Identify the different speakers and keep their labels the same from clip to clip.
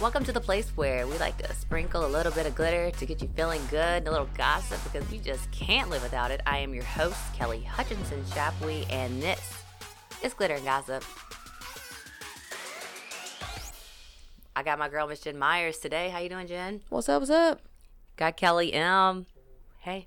Speaker 1: Welcome to the place where we like to sprinkle a little bit of glitter to get you feeling good and a little gossip because you just can't live without it. I am your host, Kelly Hutchinson Shapley, and this is Glitter and Gossip. I got my girl, Miss Jen Myers, today. How you doing, Jen?
Speaker 2: What's up? What's up?
Speaker 1: Got Kelly M. Hey.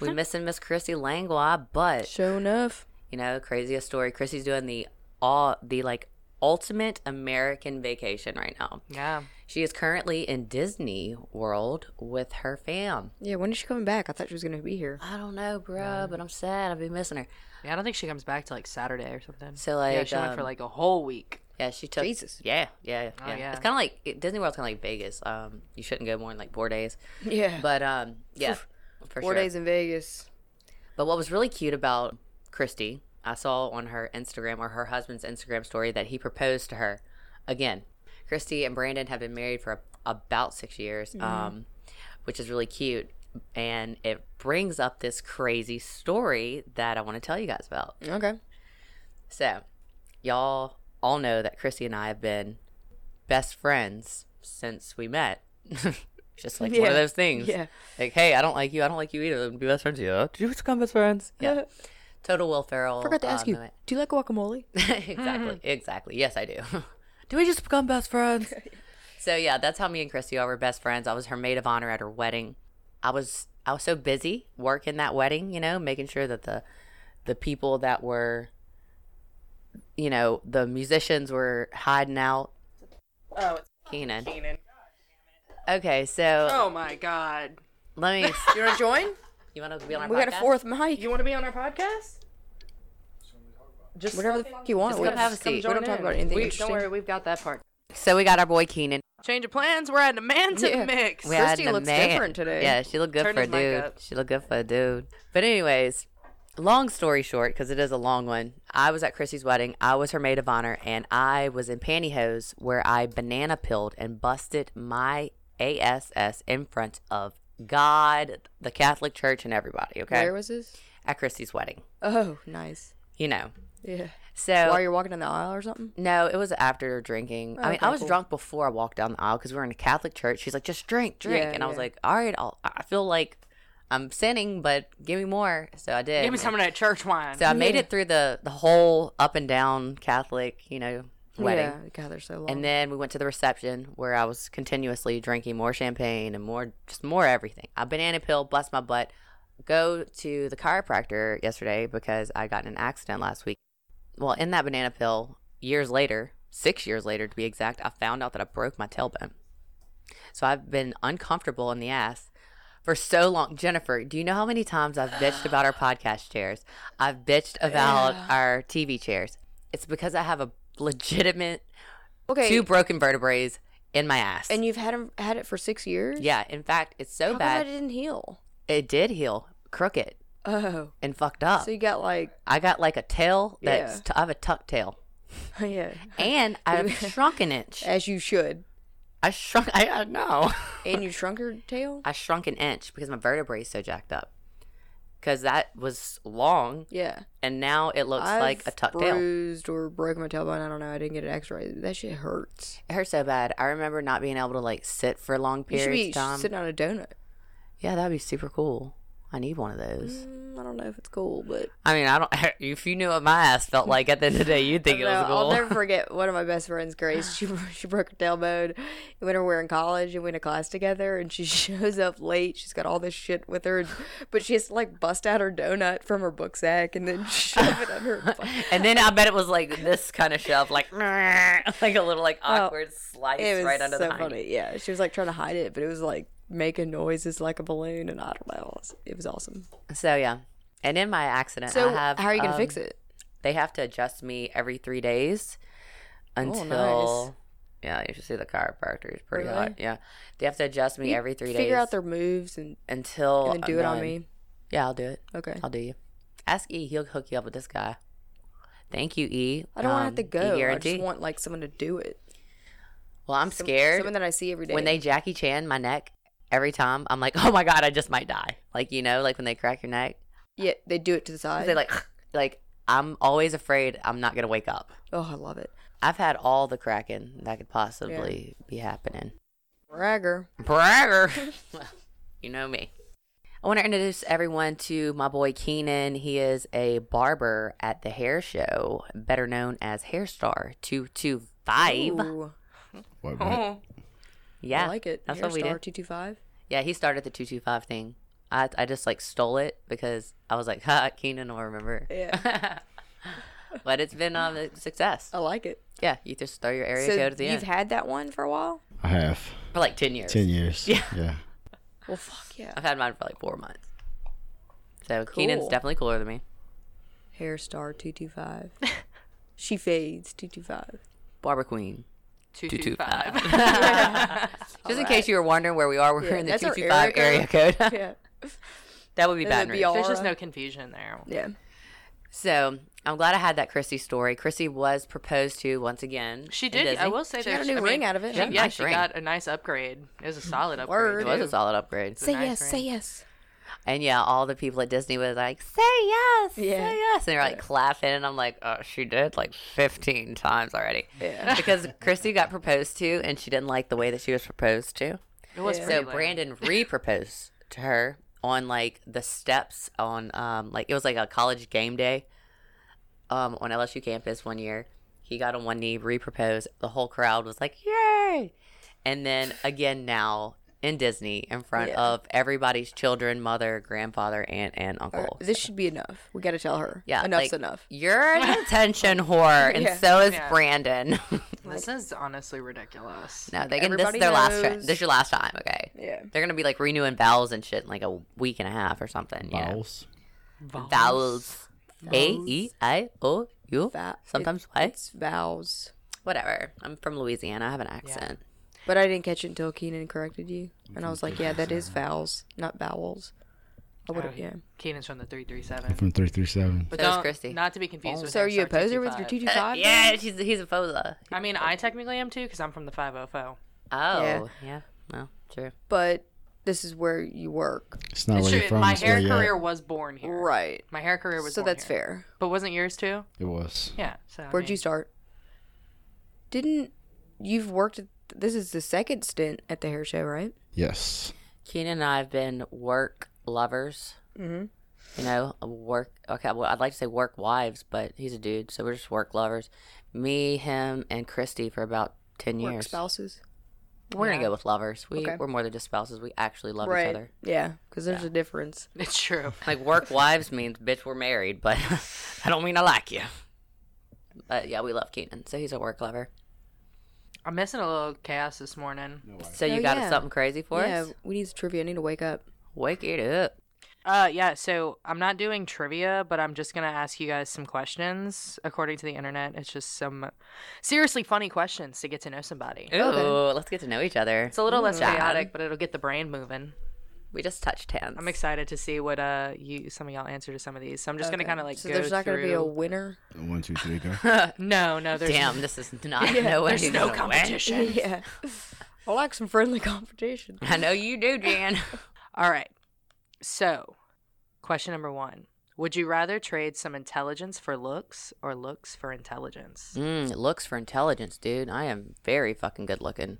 Speaker 1: We missing Miss Chrissy Langlois, but
Speaker 2: Show enough.
Speaker 1: you know, craziest story. Chrissy's doing the all the like ultimate American vacation right now.
Speaker 3: Yeah.
Speaker 1: She is currently in Disney World with her fam.
Speaker 2: Yeah, when is she coming back? I thought she was gonna be here.
Speaker 1: I don't know, bro, but I'm sad. I've been missing her.
Speaker 3: Yeah, I don't think she comes back to like Saturday or something.
Speaker 1: So,
Speaker 3: yeah,
Speaker 1: like,
Speaker 3: she went for
Speaker 1: um,
Speaker 3: like a whole week.
Speaker 1: Yeah, she took.
Speaker 2: Jesus.
Speaker 1: Yeah, yeah, Oh, yeah.
Speaker 3: yeah.
Speaker 1: It's kind of like it- Disney World's kind of like Vegas. Um, you shouldn't go more than like four days.
Speaker 2: Yeah,
Speaker 1: But um, yeah, for sure.
Speaker 2: four days in Vegas.
Speaker 1: But what was really cute about Christy, I saw on her Instagram or her husband's Instagram story that he proposed to her. Again, Christy and Brandon have been married for about six years,
Speaker 2: Mm-hmm.
Speaker 1: um, which is really cute. And it brings up this crazy story that I want to tell you guys about.
Speaker 2: Okay.
Speaker 1: So, y'all all know that Christy and I have been best friends since we met. It's Just like one
Speaker 2: Yeah.
Speaker 1: of those things.
Speaker 2: Yeah.
Speaker 1: Like, hey, I don't like you. I don't like you either. Be best friends. Yeah. Did you become best friends? Yeah. Total Will Ferrell.
Speaker 2: Forgot to
Speaker 1: uh,
Speaker 3: Oh,
Speaker 2: ask you.
Speaker 1: moment.
Speaker 2: Do you like guacamole?
Speaker 1: exactly. Exactly. Yes, I do. do we just become best friends? so yeah, that's how me and Christy are. We're best friends. I was her maid of honor at her wedding. I was I was so busy working that wedding, you know, making sure that the the people that were you know, the musicians were hiding out.
Speaker 3: Oh, it's
Speaker 1: Keenan.
Speaker 3: Keenan.
Speaker 1: Okay, so
Speaker 3: Oh my God.
Speaker 1: let me.
Speaker 2: You wanna join?
Speaker 1: You want to be on our
Speaker 2: we got a
Speaker 1: podcast?
Speaker 2: fourth mic.
Speaker 3: You want to be on our podcast? Just
Speaker 2: Whatever the fuck you want.
Speaker 1: Just come have a
Speaker 2: We're-
Speaker 1: seat.
Speaker 2: We don't talk about anything
Speaker 3: We,
Speaker 2: interesting.
Speaker 3: don't worry, we've got that part.
Speaker 1: So we got our boy Keenan.
Speaker 3: Change of plans. We're adding a man to
Speaker 2: Yeah.
Speaker 3: the mix.
Speaker 1: We had
Speaker 2: Christy
Speaker 1: the
Speaker 2: looks
Speaker 1: man.
Speaker 2: different today.
Speaker 1: Yeah, she looked good
Speaker 3: Turn
Speaker 1: for a
Speaker 3: his mic
Speaker 1: dude.
Speaker 3: up.
Speaker 1: She looked good for a dude. But anyways, long story short, because it is a long one. I was at Chrissy's wedding. I was her maid of honor, and I was in pantyhose where I banana pilled and busted my ass in front of God, the Catholic Church, and everybody. Okay,
Speaker 2: Where was this?
Speaker 1: at Chrissy's wedding.
Speaker 2: Oh, nice.
Speaker 1: You know.
Speaker 2: Yeah.
Speaker 1: So
Speaker 2: While you're walking down the aisle or something.
Speaker 1: No, it was after drinking. I mean,
Speaker 2: okay,
Speaker 1: I was
Speaker 2: cool.
Speaker 1: drunk before I walked down the aisle because we were in a Catholic church. She's like, just drink, drink.
Speaker 2: Yeah,
Speaker 1: and I was
Speaker 2: yeah.
Speaker 1: like, all right, I'll, I feel like I'm sinning, but give me more. So I did.
Speaker 3: Give me some of that church wine.
Speaker 1: So I made it through the, the whole up and down Catholic, you know, wedding.
Speaker 2: Yeah. God, they're so long.
Speaker 1: And then we went to the reception where I was continuously drinking more champagne and more, just more everything. A banana pill, bless my butt. Go to the chiropractor yesterday because I got in an accident last week. Well, in that banana pill, years later, six years later to be exact, I found out that I broke my tailbone. So I've been uncomfortable in the ass for so long. Jennifer, do you know how many times I've bitched about our podcast chairs? I've bitched about our TV chairs. It's because I have a legitimate
Speaker 2: okay.
Speaker 1: two broken vertebrae in my ass.
Speaker 2: and you've had 'em- had it for six years.
Speaker 1: yeah, in fact, it's so
Speaker 2: How
Speaker 1: bad
Speaker 2: Come it didn't heal.
Speaker 1: it did heal crooked
Speaker 2: Oh.
Speaker 1: and fucked up.
Speaker 2: So you got like
Speaker 1: I got like a tail that's
Speaker 2: Yeah.
Speaker 1: t- I have a tuck tail,
Speaker 2: yeah,
Speaker 1: and I've shrunk an inch.
Speaker 2: as you should.
Speaker 1: I shrunk. I, I know.
Speaker 2: And you shrunk your tail.
Speaker 1: I shrunk an inch because my vertebrae is so jacked up. Because that was long,
Speaker 2: Yeah.
Speaker 1: and now it looks like a
Speaker 2: I've
Speaker 1: tuck tail.
Speaker 2: bruised or broke my tailbone. I don't know. I didn't get an X-ray. That shit hurts.
Speaker 1: It hurt so bad. I remember not being able to like sit for long
Speaker 2: You should
Speaker 1: periods
Speaker 2: be
Speaker 1: of time.
Speaker 2: sitting on a donut.
Speaker 1: Yeah, that'd be super cool. I need one of those.
Speaker 2: Mm, I don't know if it's cool, but
Speaker 1: I mean, I don't. If you knew what my ass felt like at the end of the day, you'd think it was
Speaker 2: No,
Speaker 1: cool.
Speaker 2: I'll never forget one of my best friends, Grace. She she broke her tailbone when we were in college and went to class together. And she shows up late. She's got all this shit with her, but she has to like bust out her donut from her book sack and then shove it under her. butt.
Speaker 1: and then I bet it was like this kind of shove, like like a little like awkward slice
Speaker 2: Oh, It was
Speaker 1: right under
Speaker 2: so
Speaker 1: the honey.
Speaker 2: funny. Yeah, she was like trying to hide it, but it was like making noises like a balloon, and I don't know. It was awesome.
Speaker 1: So yeah, and in my accident,
Speaker 2: So
Speaker 1: I have.
Speaker 2: how are you gonna
Speaker 1: um,
Speaker 2: fix it?
Speaker 1: They have to adjust me every three days
Speaker 2: Oh,
Speaker 1: until. Yeah, you should see the chiropractor. He's pretty hot. Yeah, they have to adjust me every three days
Speaker 2: Figure out their moves and,
Speaker 1: until
Speaker 2: and then do
Speaker 1: I'm
Speaker 2: it on
Speaker 1: done.
Speaker 2: me.
Speaker 1: Yeah, I'll do it.
Speaker 2: Okay.
Speaker 1: I'll do you. Ask E. He'll hook you up with this guy. Thank you, E.
Speaker 2: I don't want to have to go.
Speaker 1: E
Speaker 2: I
Speaker 1: guarantee.
Speaker 2: just want like someone to do it.
Speaker 1: well, I'm
Speaker 2: Some-
Speaker 1: scared.
Speaker 2: Someone that I see every day.
Speaker 1: when they Jackie Chan my neck every time, I'm like, oh my god, I just might die. Like you know, like when they crack your neck,
Speaker 2: yeah, they do it to the side.
Speaker 1: they like like I'm always afraid I'm not gonna wake up.
Speaker 2: oh, I love it.
Speaker 1: I've had all the cracking that could possibly be happening.
Speaker 2: Bragger.
Speaker 1: Bragger. you know me. I want to introduce everyone to my boy Keenan. He is a barber at the hair show, better known as Hairstar 225.
Speaker 2: Ooh,
Speaker 4: What, what?
Speaker 3: Oh,
Speaker 1: yeah.
Speaker 2: I like it.
Speaker 1: That's what we did.
Speaker 2: Two two five.
Speaker 1: Yeah, he started the 225 thing. I, I just like stole it because I was like, ha, Keenan will remember.
Speaker 2: Yeah.
Speaker 1: but it's been um, a success.
Speaker 2: I like it.
Speaker 1: Yeah, you just throw your area
Speaker 2: so
Speaker 1: code at the
Speaker 2: you've
Speaker 1: end
Speaker 2: had that one for a while.
Speaker 4: I have
Speaker 1: for like 10 years.
Speaker 4: ten years.
Speaker 1: Yeah.
Speaker 4: yeah.
Speaker 2: Well, fuck yeah.
Speaker 1: I've had mine for like four months. So Keenan's
Speaker 2: Cool.
Speaker 1: definitely cooler than me.
Speaker 2: Hairstar two two five. She fades two two five.
Speaker 1: Barber Queen.
Speaker 5: 225.
Speaker 1: Just in case you were wondering where we are, we're
Speaker 2: Yeah,
Speaker 1: in the
Speaker 2: that's our
Speaker 1: 225 area
Speaker 2: area
Speaker 1: code.
Speaker 2: Yeah.
Speaker 1: that would be bad.
Speaker 2: That'd be all-
Speaker 5: There's just no confusion there.
Speaker 2: Yeah.
Speaker 1: So I'm glad I had that Chrissy story. Chrissy was proposed to once again.
Speaker 5: She
Speaker 1: in
Speaker 5: did. I
Speaker 1: Disney.
Speaker 5: will say
Speaker 2: She got a
Speaker 5: there's-
Speaker 2: new
Speaker 5: I mean,
Speaker 2: ring out of it.
Speaker 5: she-
Speaker 1: Yeah,
Speaker 5: yeah,
Speaker 1: nice
Speaker 5: she
Speaker 1: ring.
Speaker 5: got a nice upgrade. It was a solid
Speaker 1: It
Speaker 5: upgrade.
Speaker 2: Word.
Speaker 1: was a solid upgrade.
Speaker 2: Say
Speaker 5: nice
Speaker 2: yes.
Speaker 5: ring.
Speaker 2: Say yes.
Speaker 1: And yeah, all the people at Disney was like, "Say yes,
Speaker 2: Yeah.
Speaker 1: say yes," and they're like clapping, and I'm like, "Oh, she did like 15 times already."
Speaker 2: Yeah.
Speaker 1: because Chrissy got proposed to, and she didn't like the way that she was proposed to.
Speaker 5: It was
Speaker 2: Yeah.
Speaker 1: So
Speaker 5: pretty lame.
Speaker 1: Brandon re-proposed to her on like the steps on um like it was like a college game day um on LSU campus one year. He got on one knee, re-proposed. The whole crowd was like, "Yay!" And then again now in Disney in front
Speaker 2: Yeah.
Speaker 1: of everybody's children, mother, grandfather, aunt, and uncle.
Speaker 2: This should be enough. We got to tell her.
Speaker 1: Yeah,
Speaker 2: Uh, Enough's
Speaker 1: like-
Speaker 2: enough.
Speaker 1: You're an attention whore, and
Speaker 2: Yeah.
Speaker 1: so is
Speaker 5: Yeah.
Speaker 1: Brandon.
Speaker 5: This is honestly ridiculous.
Speaker 1: no, they can. This
Speaker 2: Everybody
Speaker 1: is their last. Tra-
Speaker 2: knows.
Speaker 1: this is your last time. Okay.
Speaker 2: Yeah.
Speaker 1: They're gonna be like renewing vowels and shit in like a week and a half or something. you know?
Speaker 4: Balls.
Speaker 1: Vowels. A E I O U.
Speaker 2: Va-
Speaker 1: Sometimes Y.
Speaker 2: It's vows.
Speaker 1: Whatever. I'm from Louisiana. I have an accent.
Speaker 2: But I didn't catch it until Keenan corrected you. And I was like, yeah, that is vowels, not vowels. I would
Speaker 5: Oh,
Speaker 2: have, yeah.
Speaker 5: Keenan's from the 337.
Speaker 4: From three three seven.
Speaker 5: But
Speaker 1: So is
Speaker 5: don't-
Speaker 1: Christy.
Speaker 5: Not to be confused with
Speaker 2: So are you a
Speaker 5: Hairstar
Speaker 2: poser with your
Speaker 5: 225.
Speaker 2: 225?
Speaker 1: yeah, she's he's a poser.
Speaker 5: I mean, I technically am too because I'm from the 504.
Speaker 1: Oh,
Speaker 2: Yeah.
Speaker 1: yeah. No, true.
Speaker 2: But this is where you work.
Speaker 4: It's not where
Speaker 5: Sure,
Speaker 4: you're from.
Speaker 5: my
Speaker 4: it's
Speaker 5: hair
Speaker 4: where you're
Speaker 5: career
Speaker 4: at.
Speaker 5: was born here.
Speaker 2: Right.
Speaker 5: My hair career was
Speaker 2: So
Speaker 5: born
Speaker 2: that's
Speaker 5: here.
Speaker 2: fair.
Speaker 5: But wasn't yours too?
Speaker 4: It was.
Speaker 5: Yeah. So I
Speaker 2: Where'd
Speaker 5: mean,
Speaker 2: you start? Didn't you've worked at this is the second stint at the hair show, right?
Speaker 4: Yes.
Speaker 1: Keenan and I have been work lovers. Mm-hmm. You know, work. Okay, well, I'd like to say work wives, but he's a dude, so we're just work lovers. Me, him, and Christy for about ten
Speaker 2: Work
Speaker 1: years.
Speaker 2: spouses.
Speaker 1: We're gonna go with lovers. We
Speaker 2: Okay.
Speaker 1: we're more than just spouses. We actually love each other.
Speaker 2: Yeah, because there's a difference.
Speaker 5: It's true.
Speaker 1: Like work wives means bitch we're married, but I don't mean I like you. But yeah, we love Keenan, so he's a work lover.
Speaker 5: I'm missing a little chaos this morning.
Speaker 1: So
Speaker 2: Oh,
Speaker 1: you got
Speaker 2: yeah.
Speaker 1: something crazy for
Speaker 2: yeah,
Speaker 1: us?
Speaker 2: we need trivia. I need to wake up.
Speaker 1: Wake it up.
Speaker 5: Uh, yeah. So I'm not doing trivia, but I'm just gonna ask you guys some questions. According to the internet, it's just some seriously funny questions to get to know somebody.
Speaker 1: Ooh, let's get to know each other.
Speaker 5: It's a little less
Speaker 1: Ooh.
Speaker 5: chaotic, but it'll get the brain moving.
Speaker 1: We just touched hands.
Speaker 5: I'm excited to see what uh you some of y'all answer to some of these. So I'm just gonna kind of like
Speaker 2: So
Speaker 5: go
Speaker 2: there's not going to be a
Speaker 5: through-
Speaker 2: winner.
Speaker 4: One two three go.
Speaker 5: no no there's
Speaker 1: Damn, this is not no way.
Speaker 5: there's no competition.
Speaker 2: yeah, I like some friendly competition.
Speaker 1: I know you do, Jan.
Speaker 5: All right. So, question number one: Would you rather trade some intelligence for looks or looks for intelligence?
Speaker 1: mm, looks for intelligence, dude. I am very fucking good looking.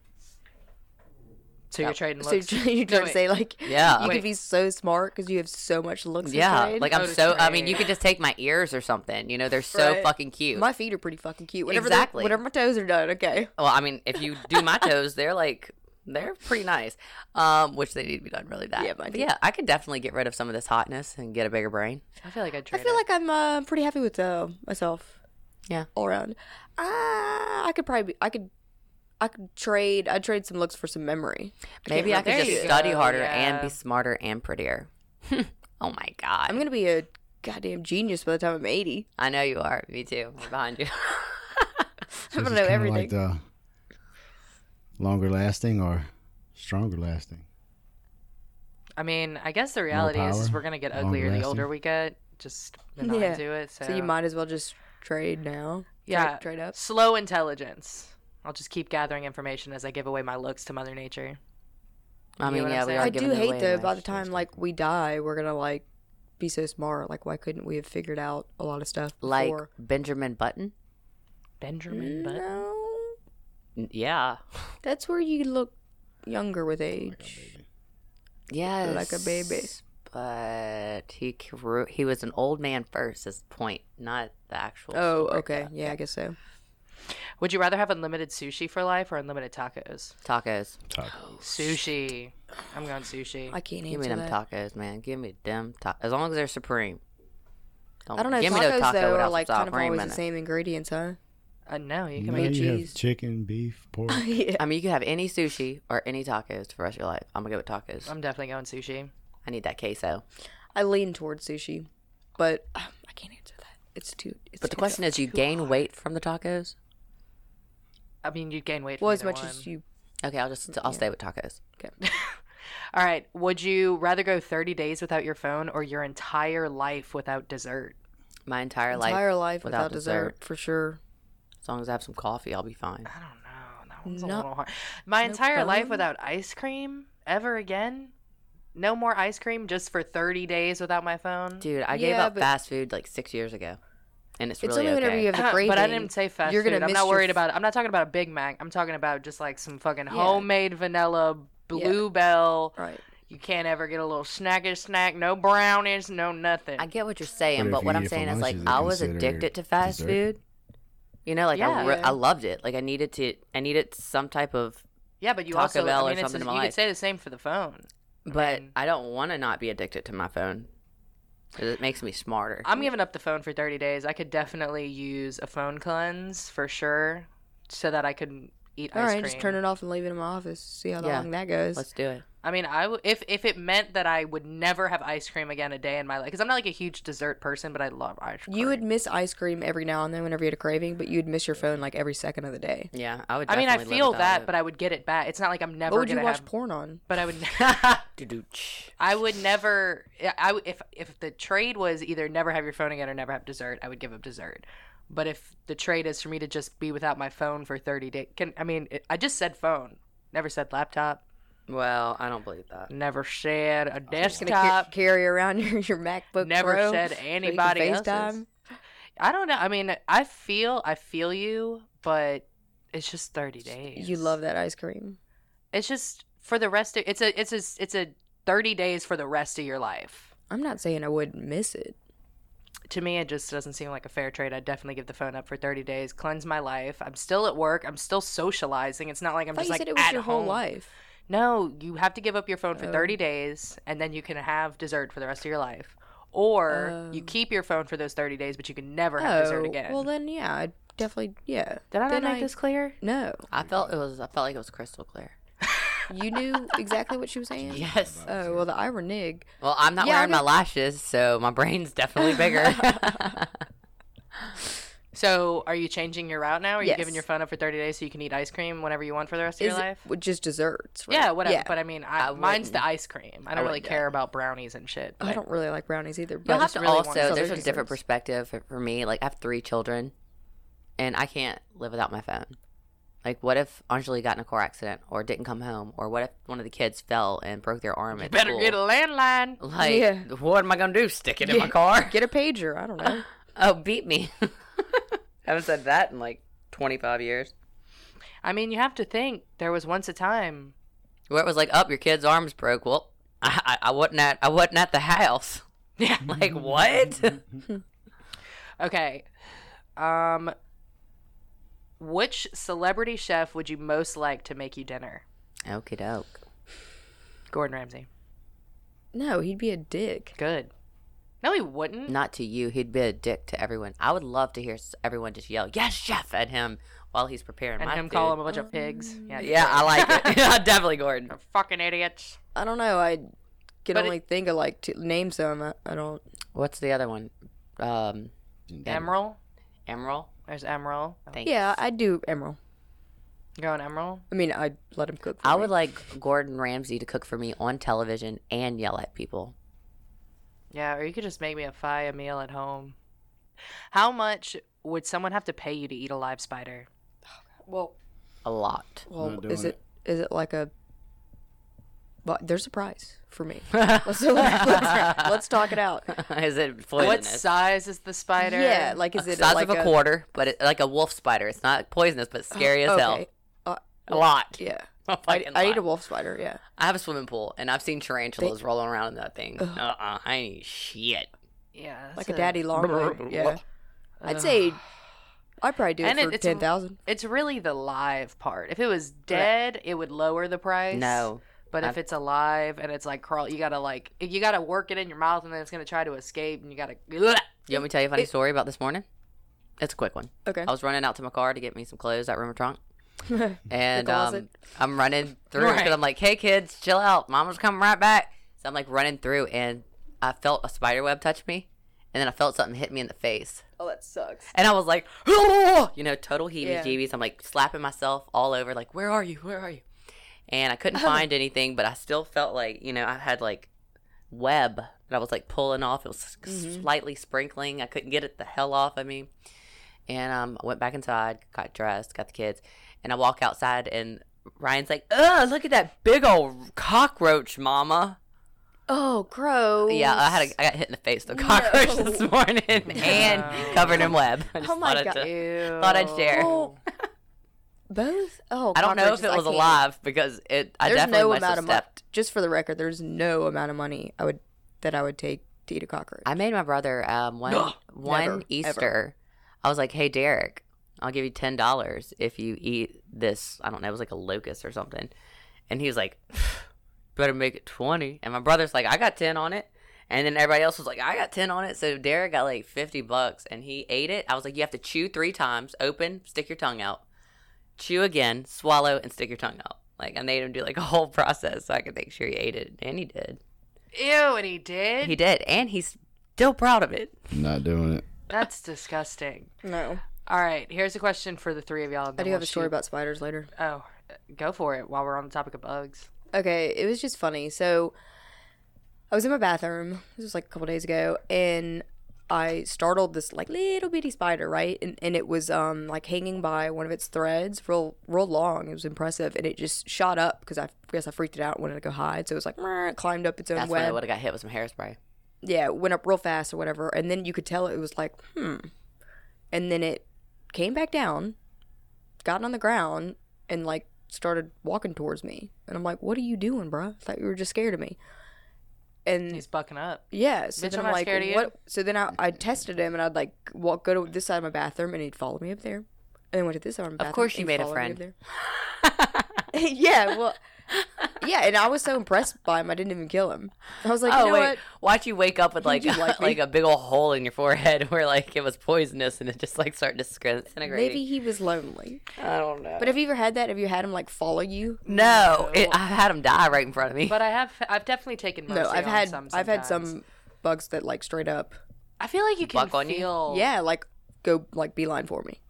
Speaker 5: So you're trading
Speaker 2: So you're
Speaker 5: looks.
Speaker 2: trying, you're trying to
Speaker 5: wait.
Speaker 2: say like,
Speaker 1: Yeah.
Speaker 2: you
Speaker 5: Wait.
Speaker 2: could be so smart because you have so much looks. to
Speaker 1: Yeah,
Speaker 2: trade.
Speaker 1: like I'm
Speaker 5: Oh, to
Speaker 1: so. I mean, you
Speaker 5: trade.
Speaker 1: could just take my ears or something. You know, they're so
Speaker 2: Right.
Speaker 1: fucking cute.
Speaker 2: my feet are pretty fucking cute. Whenever they-
Speaker 1: Exactly.
Speaker 2: whenever my toes are done, okay.
Speaker 1: Well, I mean, if you do my toes, they're like they're pretty nice. Um, which they need to be done really bad.
Speaker 2: Yeah, mine
Speaker 1: But
Speaker 2: do.
Speaker 1: yeah, I could definitely get rid of some of this hotness and get a bigger brain.
Speaker 5: I feel like I'd
Speaker 2: I
Speaker 5: trade.
Speaker 2: feel like I'm uh, pretty happy with uh, myself.
Speaker 1: Yeah.
Speaker 2: all around. Uh, I could probably, be, I could, I could trade. I'd trade some looks for some memory.
Speaker 1: Maybe I could
Speaker 5: there
Speaker 1: just
Speaker 5: you
Speaker 1: study
Speaker 5: go,
Speaker 1: harder and
Speaker 5: yeah.
Speaker 1: be smarter and prettier. oh my god,
Speaker 2: I'm gonna be a goddamn genius by the time I'm 80.
Speaker 1: I know you are. Me too. I'm behind you.
Speaker 4: So
Speaker 2: I
Speaker 4: this
Speaker 2: don't
Speaker 4: is
Speaker 2: know
Speaker 4: kinda
Speaker 2: everything.
Speaker 4: Like the longer lasting or stronger lasting.
Speaker 5: I mean, I guess the reality is, is
Speaker 4: power,
Speaker 5: we're gonna get
Speaker 4: longer
Speaker 5: uglier the
Speaker 4: lasting.
Speaker 5: older we get. Just been on
Speaker 2: Yeah.
Speaker 5: to it. So,
Speaker 2: So you might as well just trade now.
Speaker 5: yeah,
Speaker 2: trade up.
Speaker 5: Slow intelligence. I'll just keep gathering information as I give away my looks to Mother Nature.
Speaker 1: I mean,
Speaker 5: what I'm
Speaker 1: yeah, we
Speaker 5: saying?
Speaker 1: are.
Speaker 2: I
Speaker 1: giving
Speaker 2: do
Speaker 1: it
Speaker 2: hate
Speaker 1: away
Speaker 2: though.
Speaker 1: anyway.
Speaker 2: By the time like we die, we're gonna like be so smart. Like why couldn't we have figured out a lot of stuff?
Speaker 1: like
Speaker 2: before?
Speaker 1: Benjamin Button.
Speaker 5: Benjamin Button.
Speaker 2: No.
Speaker 1: N- Yeah.
Speaker 2: That's where you look younger with age.
Speaker 1: Yes.
Speaker 2: Like a baby.
Speaker 1: But he grew, he was an old man first. Is the point, not the actual.
Speaker 2: oh,
Speaker 1: story.
Speaker 2: okay. Yeah, I guess so.
Speaker 5: Would you rather have unlimited sushi for life or unlimited tacos?
Speaker 1: Tacos.
Speaker 5: Sushi. I'm going sushi.
Speaker 2: I can't
Speaker 1: Give me
Speaker 2: answer
Speaker 1: them
Speaker 2: that.
Speaker 1: tacos, man. Give me them tacos. As long as they're supreme.
Speaker 2: I don't know.
Speaker 1: Give
Speaker 2: tacos
Speaker 1: me no taco
Speaker 2: though are
Speaker 1: without
Speaker 2: like
Speaker 1: some
Speaker 2: kind of
Speaker 1: supreme
Speaker 2: always
Speaker 1: in
Speaker 2: the
Speaker 1: it.
Speaker 2: same ingredients, huh?
Speaker 5: Uh, no, you can
Speaker 4: Now
Speaker 5: make.
Speaker 4: you
Speaker 2: cheese.
Speaker 4: have chicken, beef, pork.
Speaker 2: yeah.
Speaker 1: I mean, you could have any sushi or any tacos for the rest of your life. I'm gonna go with tacos.
Speaker 5: I'm definitely going sushi.
Speaker 1: I need that queso.
Speaker 2: I lean towards sushi, but um, I can't answer that. It's too. It's
Speaker 1: But the
Speaker 2: too
Speaker 1: question
Speaker 2: tough.
Speaker 1: is, you gain weight from the tacos?
Speaker 5: I mean, you'd gain weight.
Speaker 2: well,
Speaker 5: from
Speaker 2: as
Speaker 5: either
Speaker 2: much
Speaker 5: one.
Speaker 2: as you.
Speaker 1: Okay, I'll just I'll stay with tacos.
Speaker 5: All right. Would you rather go 30 days without your phone or your entire life without dessert?
Speaker 1: My entire,
Speaker 2: Entire life without,
Speaker 1: without
Speaker 2: dessert,
Speaker 1: dessert.
Speaker 2: for sure.
Speaker 1: As long as I have some coffee, I'll be fine.
Speaker 5: I don't know. That one's a
Speaker 2: No-
Speaker 5: little hard. My entire life
Speaker 2: phone?
Speaker 5: without ice cream ever again? No more ice cream just for 30 days without my phone?
Speaker 1: Dude, I gave
Speaker 2: Yeah,
Speaker 1: up
Speaker 2: but-
Speaker 1: fast food like six years ago, and it's,
Speaker 2: It's
Speaker 1: really
Speaker 2: only whenever
Speaker 1: okay.
Speaker 2: you have the craving.
Speaker 5: Uh, but I didn't say fast
Speaker 2: You're gonna
Speaker 5: food. I'm
Speaker 2: miss
Speaker 5: not
Speaker 2: your
Speaker 5: worried
Speaker 2: f-
Speaker 5: about. I'm not talking about a Big Mac. I'm talking about just like some fucking
Speaker 2: Yeah.
Speaker 5: homemade vanilla bluebell.
Speaker 2: Right.
Speaker 5: You can't ever get a little snacky snack. No brownies. No nothing.
Speaker 1: I get what you're saying,
Speaker 4: But
Speaker 1: but,
Speaker 4: if
Speaker 1: what
Speaker 4: you
Speaker 1: I'm
Speaker 4: eat it for
Speaker 1: saying is
Speaker 4: lunch,
Speaker 1: like
Speaker 4: is it
Speaker 1: I was
Speaker 4: considered
Speaker 1: addicted to fast
Speaker 4: dessert?
Speaker 1: food. You know, like I,
Speaker 5: Yeah.
Speaker 1: re- I loved it. Like I needed to, I needed some type of,
Speaker 5: yeah, but you
Speaker 1: Taco
Speaker 5: also.
Speaker 1: Bell
Speaker 5: I
Speaker 1: or
Speaker 5: mean, it's
Speaker 1: something
Speaker 5: you
Speaker 1: in my
Speaker 5: could
Speaker 1: life.
Speaker 5: say the same for the phone.
Speaker 1: but
Speaker 5: mean-
Speaker 1: I don't want to not be addicted to my phone. 'Cause It makes me smarter.
Speaker 5: I'm giving up the phone for 30 days. I could definitely use a phone cleanse for sure, so that I could eat
Speaker 2: All
Speaker 5: ice
Speaker 2: right,
Speaker 5: cream.
Speaker 2: just turn it off and leave it in my office. See how
Speaker 1: Yeah.
Speaker 2: long that goes.
Speaker 1: Let's do it.
Speaker 5: I mean, I w- if if it meant that I would never have ice cream again a day in my life, because I'm not like a huge dessert person, but I love ice cream.
Speaker 2: you would miss ice cream every now and then whenever you had a craving, but you'd miss your phone like every second of the day.
Speaker 1: Yeah, I would.
Speaker 5: I mean, I
Speaker 1: definitely live
Speaker 5: feel
Speaker 1: without
Speaker 5: that,
Speaker 1: it.
Speaker 5: but I would get it back. It's not like I'm never
Speaker 2: What would you
Speaker 5: gonna
Speaker 2: watch
Speaker 5: have,
Speaker 2: porn on?
Speaker 5: but I would.
Speaker 1: Doo-doo-tsh.
Speaker 5: I would never. I- I would- if if the trade was either never have your phone again or never have dessert, I would give up dessert. But if the trade is for me to just be without my phone for thirty days, can I mean? It, I just said phone, never said laptop,
Speaker 1: Well, I don't believe that.
Speaker 5: never said a
Speaker 2: Gonna ca-
Speaker 5: desktop,
Speaker 2: carry around your, your MacBook
Speaker 5: never
Speaker 2: Pro
Speaker 5: said
Speaker 2: so you can
Speaker 5: anybody else's.
Speaker 2: FaceTime?
Speaker 5: I don't know. I mean, I feel I feel you, but it's just thirty days.
Speaker 2: You love that ice cream.
Speaker 5: It's just for the rest of it's a it's a it's a thirty days for the rest of your life.
Speaker 2: I'm not saying I would miss it.
Speaker 5: to me it just doesn't seem like a fair trade i'd definitely give the phone up for 30 days cleanse my life i'm still at work i'm still socializing it's not like i'm
Speaker 2: I thought
Speaker 5: just
Speaker 2: you said
Speaker 5: like
Speaker 2: it was
Speaker 5: at
Speaker 2: your
Speaker 5: home.
Speaker 2: whole life.
Speaker 5: no you have to give up your phone for
Speaker 2: Oh.
Speaker 5: 30 days and then you can have dessert for the rest of your life or you
Speaker 2: Oh.
Speaker 5: keep your phone for those 30 days but you can never have dessert
Speaker 2: Oh,
Speaker 5: again
Speaker 2: Well, then, yeah, I'd definitely, yeah.
Speaker 5: did i not
Speaker 2: then
Speaker 5: make
Speaker 2: I-
Speaker 5: this clear
Speaker 2: No,
Speaker 1: I felt it was. I felt like it was crystal clear.
Speaker 2: you knew exactly what she was saying.
Speaker 1: Yes.
Speaker 2: Oh well, the I renege.
Speaker 1: Well, I'm not
Speaker 2: Yeah,
Speaker 1: wearing
Speaker 2: I'm
Speaker 1: my lashes, so my brain's definitely bigger.
Speaker 5: so are you changing your route now are you
Speaker 2: Yes.
Speaker 5: giving your phone up for 30 days so you can eat ice cream whenever you want for the rest of
Speaker 2: Is
Speaker 5: your
Speaker 2: it-
Speaker 5: life
Speaker 2: with just desserts. Right?
Speaker 5: yeah whatever
Speaker 2: Yeah.
Speaker 5: but i mean I,
Speaker 1: I
Speaker 5: mine's the
Speaker 1: wouldn't.
Speaker 5: ice cream i don't really
Speaker 1: wouldn't.
Speaker 5: care about brownies and shit
Speaker 2: I
Speaker 5: but-
Speaker 2: don't really like brownies either.
Speaker 1: You'll
Speaker 2: But
Speaker 1: have
Speaker 5: just
Speaker 1: to
Speaker 5: really want
Speaker 1: also.
Speaker 5: something
Speaker 1: There's a
Speaker 2: different.
Speaker 1: different perspective for, for me. Like I have three children, and I can't live without my phone. Like, what if Anjali got in a car accident, or didn't come home, or what if one of the kids fell and broke their arm? at
Speaker 5: better
Speaker 1: school?
Speaker 5: get a landline
Speaker 1: Like,
Speaker 2: Yeah.
Speaker 1: what am I gonna do? Stick it in my car?
Speaker 2: get a pager. I don't know.
Speaker 1: Oh, beat me! Haven't said that in like 25 years.
Speaker 5: I mean, you have to think there was once a time.
Speaker 1: Where it was like, up, your kid's arms broke. Well, I, I, I wasn't at I wasn't at the house.
Speaker 5: Yeah.
Speaker 1: Like what?
Speaker 5: Okay. Um which celebrity chef would you most like to make you dinner?
Speaker 1: Okie doke.
Speaker 5: Gordon Ramsay.
Speaker 2: No, he'd be a dick.
Speaker 5: Good. No, he wouldn't.
Speaker 1: Not to you. He'd be a dick to everyone. I would love to hear s- everyone just yell "Yes, chef!" at him while he's preparing
Speaker 5: and
Speaker 1: my
Speaker 5: him
Speaker 1: food.
Speaker 5: call him a bunch of pigs. Yeah.
Speaker 1: Yeah, I like it. Yeah, Definitely Gordon.
Speaker 5: They're fucking idiots.
Speaker 2: I don't know. I can
Speaker 5: But
Speaker 2: only think of like two, name some. I, I don't.
Speaker 1: What's the other one? Um,
Speaker 5: Emerald.
Speaker 1: Emerald.
Speaker 5: There's Emerald.
Speaker 1: Thank
Speaker 2: Yeah, I'd do Emerald.
Speaker 5: you. Going Emerald.
Speaker 2: I mean, I'd let him cook. For
Speaker 1: I
Speaker 2: me.
Speaker 1: would like Gordon Ramsay to cook for me on television and yell at people.
Speaker 5: Yeah, or you could just make me a fire meal at home. How much would someone have to pay you to eat a live spider?
Speaker 2: Well,
Speaker 1: A lot.
Speaker 2: well,
Speaker 4: Not
Speaker 2: is
Speaker 4: doing
Speaker 2: it is it like a but there's a prize for me. let's, let's, let's talk it out.
Speaker 1: is it
Speaker 5: What
Speaker 1: poisonous?
Speaker 5: size is the spider?
Speaker 2: Yeah, like is it
Speaker 1: Size
Speaker 2: like Oh,
Speaker 1: of a quarter, but it, like a wolf spider. It's not poisonous, but scary as hell.
Speaker 2: Okay. Uh,
Speaker 1: A lot.
Speaker 2: yeah.
Speaker 1: A
Speaker 2: I,
Speaker 1: fucking
Speaker 2: I need
Speaker 1: lot.
Speaker 2: a wolf spider. Yeah.
Speaker 1: I have a swimming pool, and I've seen tarantulas rolling around in that thing. Uh uh I ain't shit.
Speaker 5: yeah,
Speaker 2: Like
Speaker 5: that's
Speaker 2: a daddy longleg. Yeah. I'd
Speaker 5: Ugh.
Speaker 2: say I'd probably do it
Speaker 5: And it-
Speaker 2: for
Speaker 5: it's a-
Speaker 2: ten thousand.
Speaker 5: It's really the live part. If it was dead, it would lower the price.
Speaker 1: No.
Speaker 5: But if it's alive and it's like crawl, you gotta like you gotta work it in your mouth, and then it's gonna try to escape, and you gotta.
Speaker 1: You want me to tell you a funny story about this morning? It's a quick one.
Speaker 2: Okay.
Speaker 1: I was running out to my car to get me some clothes out of my trunk. and um,
Speaker 2: closet.
Speaker 1: I'm running through because
Speaker 5: Right.
Speaker 1: I'm like, hey, kids, chill out. Mama's coming right back. So I'm like running through, and I felt a spider web touch me. And then I felt something hit me in the face.
Speaker 2: Oh, that sucks.
Speaker 1: And I was like, "Oh!" you know, total
Speaker 2: Yeah.
Speaker 1: heebie jeebies. I'm like slapping myself all over, like, where are you? Where are you? And I
Speaker 2: Oh.
Speaker 1: couldn't find anything, but I still felt like, you know, I had like web that I was like pulling off. It was s-
Speaker 2: Mm-hmm.
Speaker 1: slightly sprinkling. I couldn't get it the hell off of me. And um, I went back inside, got dressed, got the kids, and I walk outside, and Ryan's like, ugh, look at that big old cockroach, mama.
Speaker 2: Oh, gross.
Speaker 1: Yeah, I had a, I got hit in the face with a cockroach
Speaker 2: No.
Speaker 1: this morning and covered in web. I just
Speaker 2: Oh my
Speaker 1: thought I'd
Speaker 2: God.
Speaker 1: t-
Speaker 5: Ew.
Speaker 1: Thought I'd share.
Speaker 2: Well, both. Oh,
Speaker 1: I don't know if
Speaker 2: cockroaches,
Speaker 1: it
Speaker 2: I
Speaker 1: was
Speaker 2: can't.
Speaker 1: alive because it. I
Speaker 2: There's
Speaker 1: definitely
Speaker 2: no
Speaker 1: must
Speaker 2: amount
Speaker 1: have
Speaker 2: of money.
Speaker 1: stepped.
Speaker 2: Just for the record, there's no amount of money I would that I would take to eat a cockroach.
Speaker 1: I made my brother um, one one
Speaker 2: Never,
Speaker 1: Easter. I was like, "Hey, Derek, I'll give you ten dollars if you eat this. I don't know. It was like a locust or something." And he was like, "Better make it 20. And my brother's like, "I got ten on it." And then everybody else was like, "I got ten on it." So Derek got like fifty bucks, and he ate it. I was like, "You have to chew three times. Open, stick your tongue out, chew again, swallow, and stick your tongue out." Like I made him do like a whole process so I could make sure he ate it, and he did.
Speaker 5: Ew, and he did.
Speaker 1: He did, and he's still proud of it.
Speaker 4: Not doing it.
Speaker 5: That's disgusting.
Speaker 2: no.
Speaker 5: All right, here's a question for the three of y'all. and
Speaker 2: I
Speaker 5: then
Speaker 2: do
Speaker 5: we'll
Speaker 2: have a story
Speaker 5: shoot-
Speaker 2: about spiders later.
Speaker 5: Oh, go for it. While we're on the topic of bugs.
Speaker 2: Okay, it was just funny. So I was in my bathroom. This was like a couple days ago, and I startled this like little bitty spider, right? And and it was um like hanging by one of its threads, real real long. It was impressive, and it just shot up because I guess I freaked it out, and wanted to go hide. So it was like "Meow," climbed up its own
Speaker 1: That's when I
Speaker 2: web.
Speaker 1: would have got hit with some hairspray.
Speaker 2: yeah, it went up real fast or whatever. And then you could tell it was like, hmm. And then it came back down, got on the ground, and like started walking towards me. And I'm like, what are you doing, bruh? I thought you were just scared of me. And
Speaker 5: He's bucking up.
Speaker 2: yeah, so
Speaker 5: Bitch,
Speaker 2: then I'm,
Speaker 5: I'm not
Speaker 2: like,
Speaker 5: scared of you.
Speaker 2: what? So then I, I tested him and I'd like walk, go to this side of my bathroom and he'd follow me up there. And then went to this side of my bathroom.
Speaker 1: course
Speaker 2: and
Speaker 1: you
Speaker 2: he'd
Speaker 1: made a
Speaker 2: follow me up
Speaker 1: friend.
Speaker 2: there. yeah, well, yeah, and I was so impressed by him, I didn't even kill him. I was like,
Speaker 1: oh
Speaker 2: you know
Speaker 1: wait,
Speaker 2: what?
Speaker 1: watch you wake up with like
Speaker 2: you like
Speaker 1: like,
Speaker 2: me?
Speaker 1: a big old hole in your forehead where like it was poisonous and it just like started disintegrating.
Speaker 2: Maybe he was lonely.
Speaker 1: I don't know.
Speaker 2: But have you ever had that? Have you had him like follow you?
Speaker 1: no, it, I had him die right in front of me.
Speaker 5: But I have, I've definitely taken mercy
Speaker 2: No, I've
Speaker 5: on
Speaker 2: had
Speaker 5: some.
Speaker 2: I've had
Speaker 5: sometimes.
Speaker 2: some bugs that like straight up.
Speaker 5: I feel like you can
Speaker 1: Buck on you?
Speaker 5: feel.
Speaker 2: Yeah, like go like beeline for me.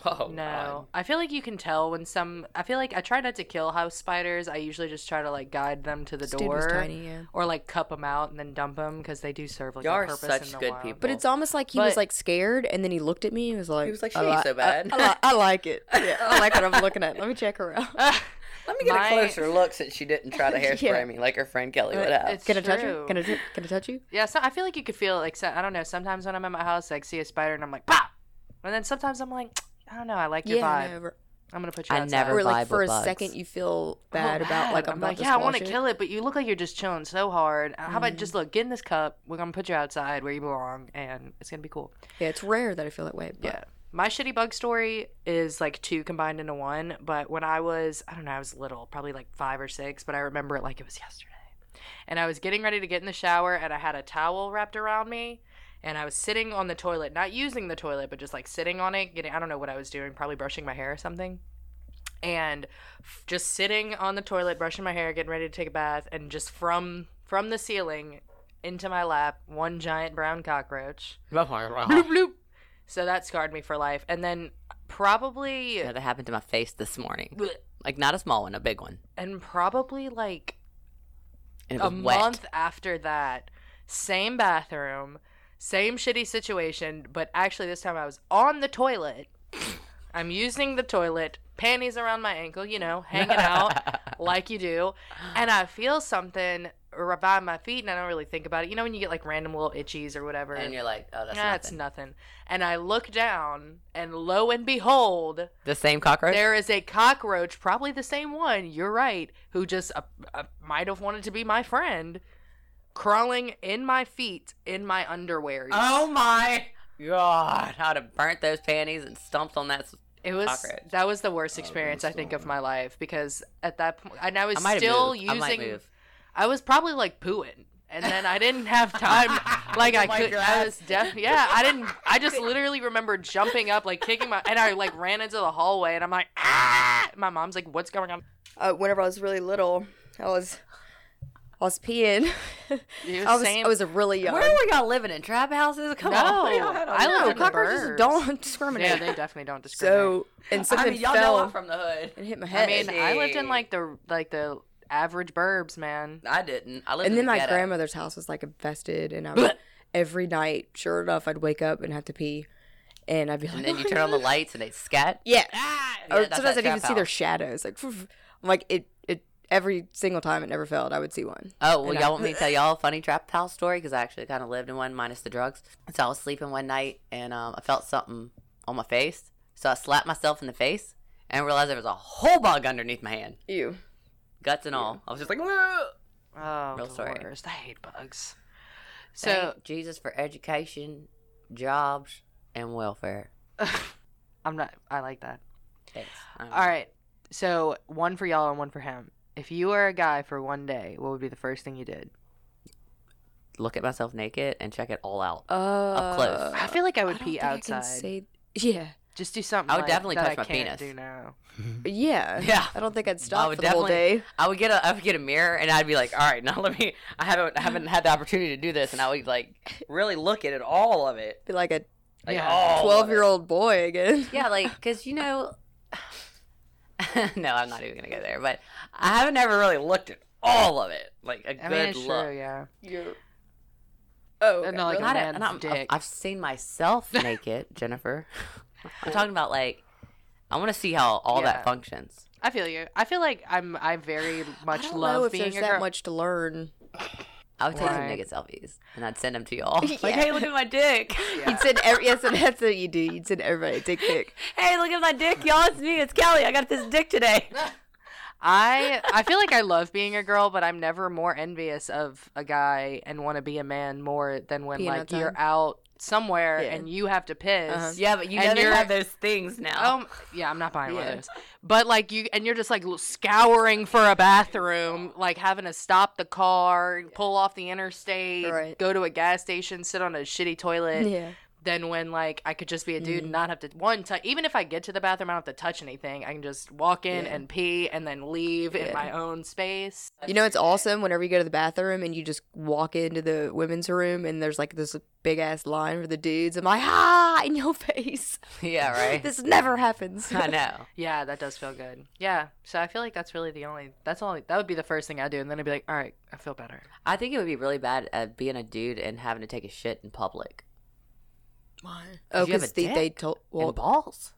Speaker 1: oh,
Speaker 5: No, I feel like you can tell when some. I feel like I try not to kill house spiders. I usually just try to like guide them to the
Speaker 2: This dude
Speaker 5: door,
Speaker 2: was tiny, yeah.
Speaker 5: or like cup them out and then dump them because they do serve like
Speaker 1: You
Speaker 5: a
Speaker 1: are
Speaker 5: purpose
Speaker 1: such
Speaker 5: in the
Speaker 1: good
Speaker 5: wild.
Speaker 1: people.
Speaker 2: But it's almost like he was
Speaker 5: But-
Speaker 2: like scared, and then he looked at me. and was like, he
Speaker 1: was like, she
Speaker 2: I
Speaker 1: ain't so bad."
Speaker 2: I, I, li- I like it. Yeah, I like what I'm looking at. Let me check her out.
Speaker 1: Let me get
Speaker 5: My-
Speaker 1: a closer look since she didn't try to hairspray me like her friend Kelly would have.
Speaker 5: It's
Speaker 2: Can I
Speaker 5: true.
Speaker 2: touch you? Can I t- can I touch you?
Speaker 5: Yeah, so I feel like you could feel like so, I don't know. Sometimes when I'm at my house, like see a spider and I'm like pop, and then sometimes I'm like I don't know. I like your
Speaker 2: I
Speaker 5: vibe.
Speaker 2: know, or-
Speaker 5: I'm gonna put you.
Speaker 1: I
Speaker 5: outside.
Speaker 1: never
Speaker 5: Oh,
Speaker 2: Or like
Speaker 1: vibe
Speaker 2: for a
Speaker 1: with bugs.
Speaker 2: second you feel bad about like I'm,
Speaker 5: I'm
Speaker 2: about
Speaker 5: like
Speaker 2: to
Speaker 5: yeah, I
Speaker 2: squash
Speaker 5: want to
Speaker 2: it.
Speaker 5: kill it, but you look like you're just chilling so hard. How
Speaker 2: Mm-hmm.
Speaker 5: about just look, get in this cup. We're gonna put you outside where you belong, and it's gonna be cool.
Speaker 2: Yeah, it's rare that I feel that way. But
Speaker 5: Yeah. My shitty bug story is like two combined into one, but when I was, I don't know, I was little, probably like five or six, but I remember it like it was yesterday. And I was getting ready to get in the shower and I had a towel wrapped around me and I was sitting on the toilet, not using the toilet, but just like sitting on it, getting, I don't know what I was doing, probably brushing my hair or something. And f- just sitting on the toilet, brushing my hair, getting ready to take a bath, and just from from the ceiling into my lap, one giant brown cockroach.
Speaker 1: Oh.
Speaker 5: Bloop, bloop. So that scarred me for life. And then probably
Speaker 1: Yeah, that happened to my face this morning. Like not a small one, a big one,
Speaker 5: and probably like
Speaker 1: and it
Speaker 5: a
Speaker 1: was wet.
Speaker 5: month after that, same bathroom, same shitty situation, but actually this time I was on the toilet. I'm using the toilet, panties around my ankle, you know, hanging out. like you do, and I feel something r- by my feet, and I don't really think about it. You know when you get like random little itchies or whatever,
Speaker 1: and you're like, oh, that's
Speaker 5: "Ah,
Speaker 1: not
Speaker 5: it's nothing. And I look down, and lo and behold,
Speaker 1: the same cockroach.
Speaker 5: there is a cockroach, probably the same one. You're right, who just uh, uh, might have wanted to be my friend, crawling in my feet in my underwear.
Speaker 1: oh my god! I'd have burnt those panties and stomped on that. s-
Speaker 5: It was
Speaker 1: Cockroach.
Speaker 5: that was the worst
Speaker 4: Oh,
Speaker 5: experience I
Speaker 4: that's
Speaker 5: think
Speaker 4: still
Speaker 5: of my life because at that point, and I was
Speaker 1: I might have
Speaker 5: still
Speaker 1: moved. I might
Speaker 5: using.
Speaker 1: move.
Speaker 5: I was probably like pooing, and then I didn't have time. like I
Speaker 1: Wipe
Speaker 5: could,
Speaker 1: your
Speaker 5: I
Speaker 1: ass.
Speaker 5: was def- Yeah, I didn't. I just literally remember jumping up, like kicking my, and I like ran into the hallway, and I'm like, ah! My mom's like, what's going on?
Speaker 2: Uh, whenever I was really little, I was I was peeing.
Speaker 5: You're
Speaker 2: I was
Speaker 5: saying-
Speaker 2: I was really young.
Speaker 1: Where were y'all living in trap houses? Come
Speaker 5: No,
Speaker 1: on, Where y'all had all
Speaker 5: I
Speaker 1: that?
Speaker 5: live
Speaker 2: no,
Speaker 5: in the
Speaker 2: cockroaches
Speaker 5: burbs.
Speaker 2: don't discriminate.
Speaker 5: Yeah, they definitely don't discriminate.
Speaker 2: so and
Speaker 1: I
Speaker 2: something
Speaker 1: mean, y'all know I'm
Speaker 2: fell
Speaker 1: from the hood.
Speaker 2: and hit my
Speaker 5: I
Speaker 2: head.
Speaker 5: mean, I lived in
Speaker 1: Hey.
Speaker 5: like the like the average burbs, man.
Speaker 1: I didn't. I lived
Speaker 2: and
Speaker 1: in
Speaker 2: then
Speaker 1: the
Speaker 2: my
Speaker 1: ghetto.
Speaker 2: grandmother's house was like infested, and I would, every night, sure enough, I'd wake up and have to pee, and I'd be like,
Speaker 1: And then you turn on the lights and they scat.
Speaker 2: yeah.
Speaker 1: Ah,
Speaker 2: or
Speaker 1: yeah, that's
Speaker 2: Oh, sometimes
Speaker 1: that
Speaker 2: I'd even
Speaker 1: trap
Speaker 2: see their
Speaker 1: house.
Speaker 2: shadows. Like, I'm like it, it every single time it never failed. I would see one.
Speaker 1: Oh, well,
Speaker 2: And
Speaker 1: y'all
Speaker 2: I-
Speaker 1: want me to tell y'all a funny trap house story? Because I actually kind of lived in one, minus the drugs. So I was sleeping one night and um, I felt something on my face. So I slapped myself in the face and realized there was a whole bug underneath my hand,
Speaker 2: You.
Speaker 1: guts and all. I was just like, "Whoa!"
Speaker 5: Oh,
Speaker 1: Real
Speaker 5: the
Speaker 1: sorry.
Speaker 5: worst. I hate bugs. So
Speaker 1: Thank Jesus for education, jobs, and welfare.
Speaker 5: I'm not. I like that.
Speaker 1: Thanks. All
Speaker 5: All right. So one for y'all and one for him. If you were a guy for one day, what would be the first thing you did?
Speaker 1: Look at myself naked and check it all out.
Speaker 2: Uh, Up
Speaker 1: close.
Speaker 5: I feel like I would
Speaker 2: don't
Speaker 5: pee
Speaker 2: think I can
Speaker 5: outside.
Speaker 2: say- yeah,
Speaker 5: Just do something.
Speaker 1: I would
Speaker 5: like,
Speaker 1: definitely
Speaker 5: that
Speaker 1: touch
Speaker 5: I
Speaker 1: my penis.
Speaker 5: can't Do now.
Speaker 2: Mm-hmm. yeah,
Speaker 1: Yeah.
Speaker 2: I don't think I'd stop
Speaker 1: would
Speaker 2: for the whole
Speaker 1: definitely-
Speaker 2: day.
Speaker 1: I would get a I would get a mirror and I'd be like, all right, now let me. I haven't I haven't had the opportunity to do this, and I would like really look at it, all of it,
Speaker 2: Be like a
Speaker 1: like
Speaker 5: Yeah.
Speaker 1: all of it.
Speaker 2: twelve-year-old boy again.
Speaker 1: Yeah, like because you know, no, I'm not even gonna go there. But I haven't ever really looked at all of it, like a
Speaker 5: I mean,
Speaker 1: good
Speaker 5: it's
Speaker 1: look.
Speaker 5: true. Yeah.
Speaker 2: You're. Oh,
Speaker 5: Uh,
Speaker 2: okay.
Speaker 5: no, like,
Speaker 2: really?
Speaker 1: Not
Speaker 5: man's
Speaker 1: a, not,
Speaker 5: dick.
Speaker 1: I've, I've seen myself naked, Jennifer. I'm talking about like I want to see how all
Speaker 5: Yeah.
Speaker 1: that functions.
Speaker 5: I feel you. I feel like I'm. I very
Speaker 2: I
Speaker 5: much
Speaker 2: don't
Speaker 5: love
Speaker 2: know if
Speaker 5: being
Speaker 2: there's
Speaker 5: a
Speaker 2: that
Speaker 5: girl.
Speaker 2: much to learn.
Speaker 1: I would take some
Speaker 5: Right.
Speaker 1: naked selfies and I'd send them to y'all.
Speaker 2: Yeah.
Speaker 1: Like, hey, look at my dick.
Speaker 2: You'd send every yes, and that's what you do. You'd send everybody a dick pic.
Speaker 1: Hey, look at my dick, y'all. It's me. It's Kelly. I got this dick today.
Speaker 5: I I feel like I love being a girl, but I'm never more envious of a guy and want to be a man more than when
Speaker 2: Being
Speaker 5: like
Speaker 2: outside.
Speaker 5: you're out somewhere
Speaker 2: Yeah.
Speaker 5: and you have to piss.
Speaker 2: Uh-huh.
Speaker 1: Yeah, but you
Speaker 5: And
Speaker 1: know they
Speaker 5: you're-
Speaker 1: have those things now.
Speaker 5: Um, yeah, I'm not buying one
Speaker 2: Oh. Yeah.
Speaker 5: of those. But like you, and you're just like scouring for a bathroom, like having to stop the car, pull off the interstate,
Speaker 2: Right.
Speaker 5: go to a gas station, sit on a shitty toilet.
Speaker 2: Yeah,
Speaker 5: Than when like I could just be a
Speaker 2: Mhm.
Speaker 5: dude and not have to one touch. Even if I get to the bathroom, I don't have to touch anything. I can just walk in
Speaker 2: Yeah.
Speaker 5: and pee and then leave in
Speaker 2: Yeah.
Speaker 5: my own space.
Speaker 2: you know it's awesome whenever you go to the bathroom and you just walk into the women's room and there's like this big ass line for the dudes. I'm like, ah, in your face.
Speaker 1: yeah, right.
Speaker 2: This never happens.
Speaker 1: I know.
Speaker 5: Yeah, that does feel good. Yeah, so I feel like that's really the only. That's only that would be the first thing I do, and then I'd be like, all right, I feel better.
Speaker 1: I think it would be really bad at being a dude and having to take a shit in public.
Speaker 2: Why? Oh,
Speaker 1: 'Cause you have a
Speaker 2: because they, they
Speaker 1: dick
Speaker 2: told.
Speaker 1: Well,
Speaker 2: Well,
Speaker 1: balls.